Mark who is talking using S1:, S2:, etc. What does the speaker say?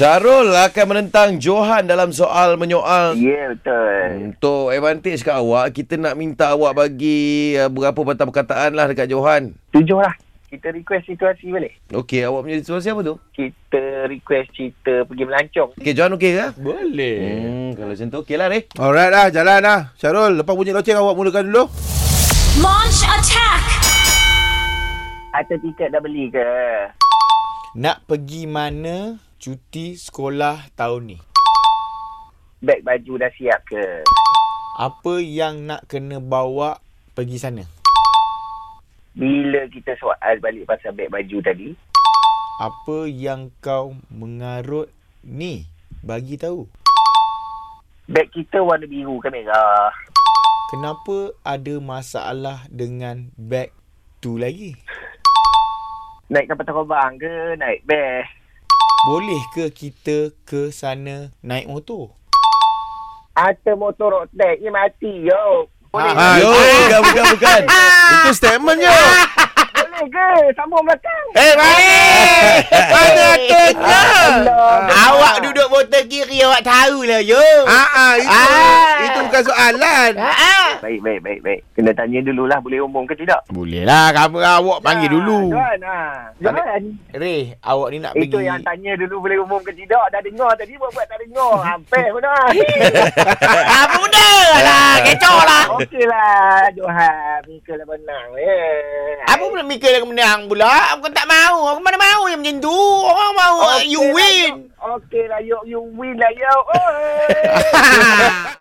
S1: Syarul akan menentang Johan dalam soal menyoal.
S2: Ya, betul.
S1: Untuk advantage kat awak, kita nak minta awak bagi uh, berapa patah perkataan lah dekat Johan.
S2: Tujuh lah. Kita request situasi balik.
S1: Okey, awak punya situasi apa tu?
S2: Kita request cerita pergi melancong.
S1: Okey, Johan okey ke?
S3: Boleh.
S1: Hmm, kalau macam tu okey lah, Reh.
S4: Alright lah, jalan lah. Syarul, lepas bunyi loceng awak mulakan dulu.
S5: Launch attack!
S2: Harta tiket dah beli ke?
S3: Nak pergi mana cuti sekolah tahun ni?
S2: Beg baju dah siap ke?
S3: Apa yang nak kena bawa pergi sana?
S2: Bila kita soal balik pasal beg baju tadi,
S3: Apa yang kau mengarut ni? Bagi tahu.
S2: beg kita warna biru ke merah?
S3: Kenapa ada masalah dengan beg tu lagi?
S2: Naik kapal terbang ke? Naik beg?
S3: Boleh ke kita ke sana naik motor?
S2: Harta motor rotek ni mati, yo. Boleh,
S4: Ah,
S3: Ah,
S1: Yo,
S4: itu-
S1: bukan, bukan, bukan.
S4: Itu statement je.
S3: Ha.
S2: boleh ke? Sambung belakang.
S4: Eh, baik. Mana aturnya?
S3: Awak duduk motor kiri awak tahulah yo.
S4: Ah, ah, itu,
S3: Ah.
S4: itu bukan soalan.
S1: Ah.
S3: Ha.
S2: Baik, baik, baik, baik. Kena tanya dululah boleh umum ke tidak.
S3: Boleh lah kamu awak panggil dulu.
S2: Johan, ha. Johan.
S3: Reh, awak ni nak
S2: Itu
S3: pergi.
S2: yang tanya dulu boleh umum ke tidak. Dah dengar tadi buat-buat tak dengar. Hampir pun dah.
S3: Ah, budak lah, kecoh lah.
S2: Okey lah Johan. Mika lah menang. Eh.
S3: Apa pula mikir dengan menang pula? Aku tak mau. Aku mana mau yang macam tu. Orang mau
S2: Okey
S3: you
S2: lah,
S3: win.
S2: Yoke. Okey lah Yoke. You win lah Yoke. Oh.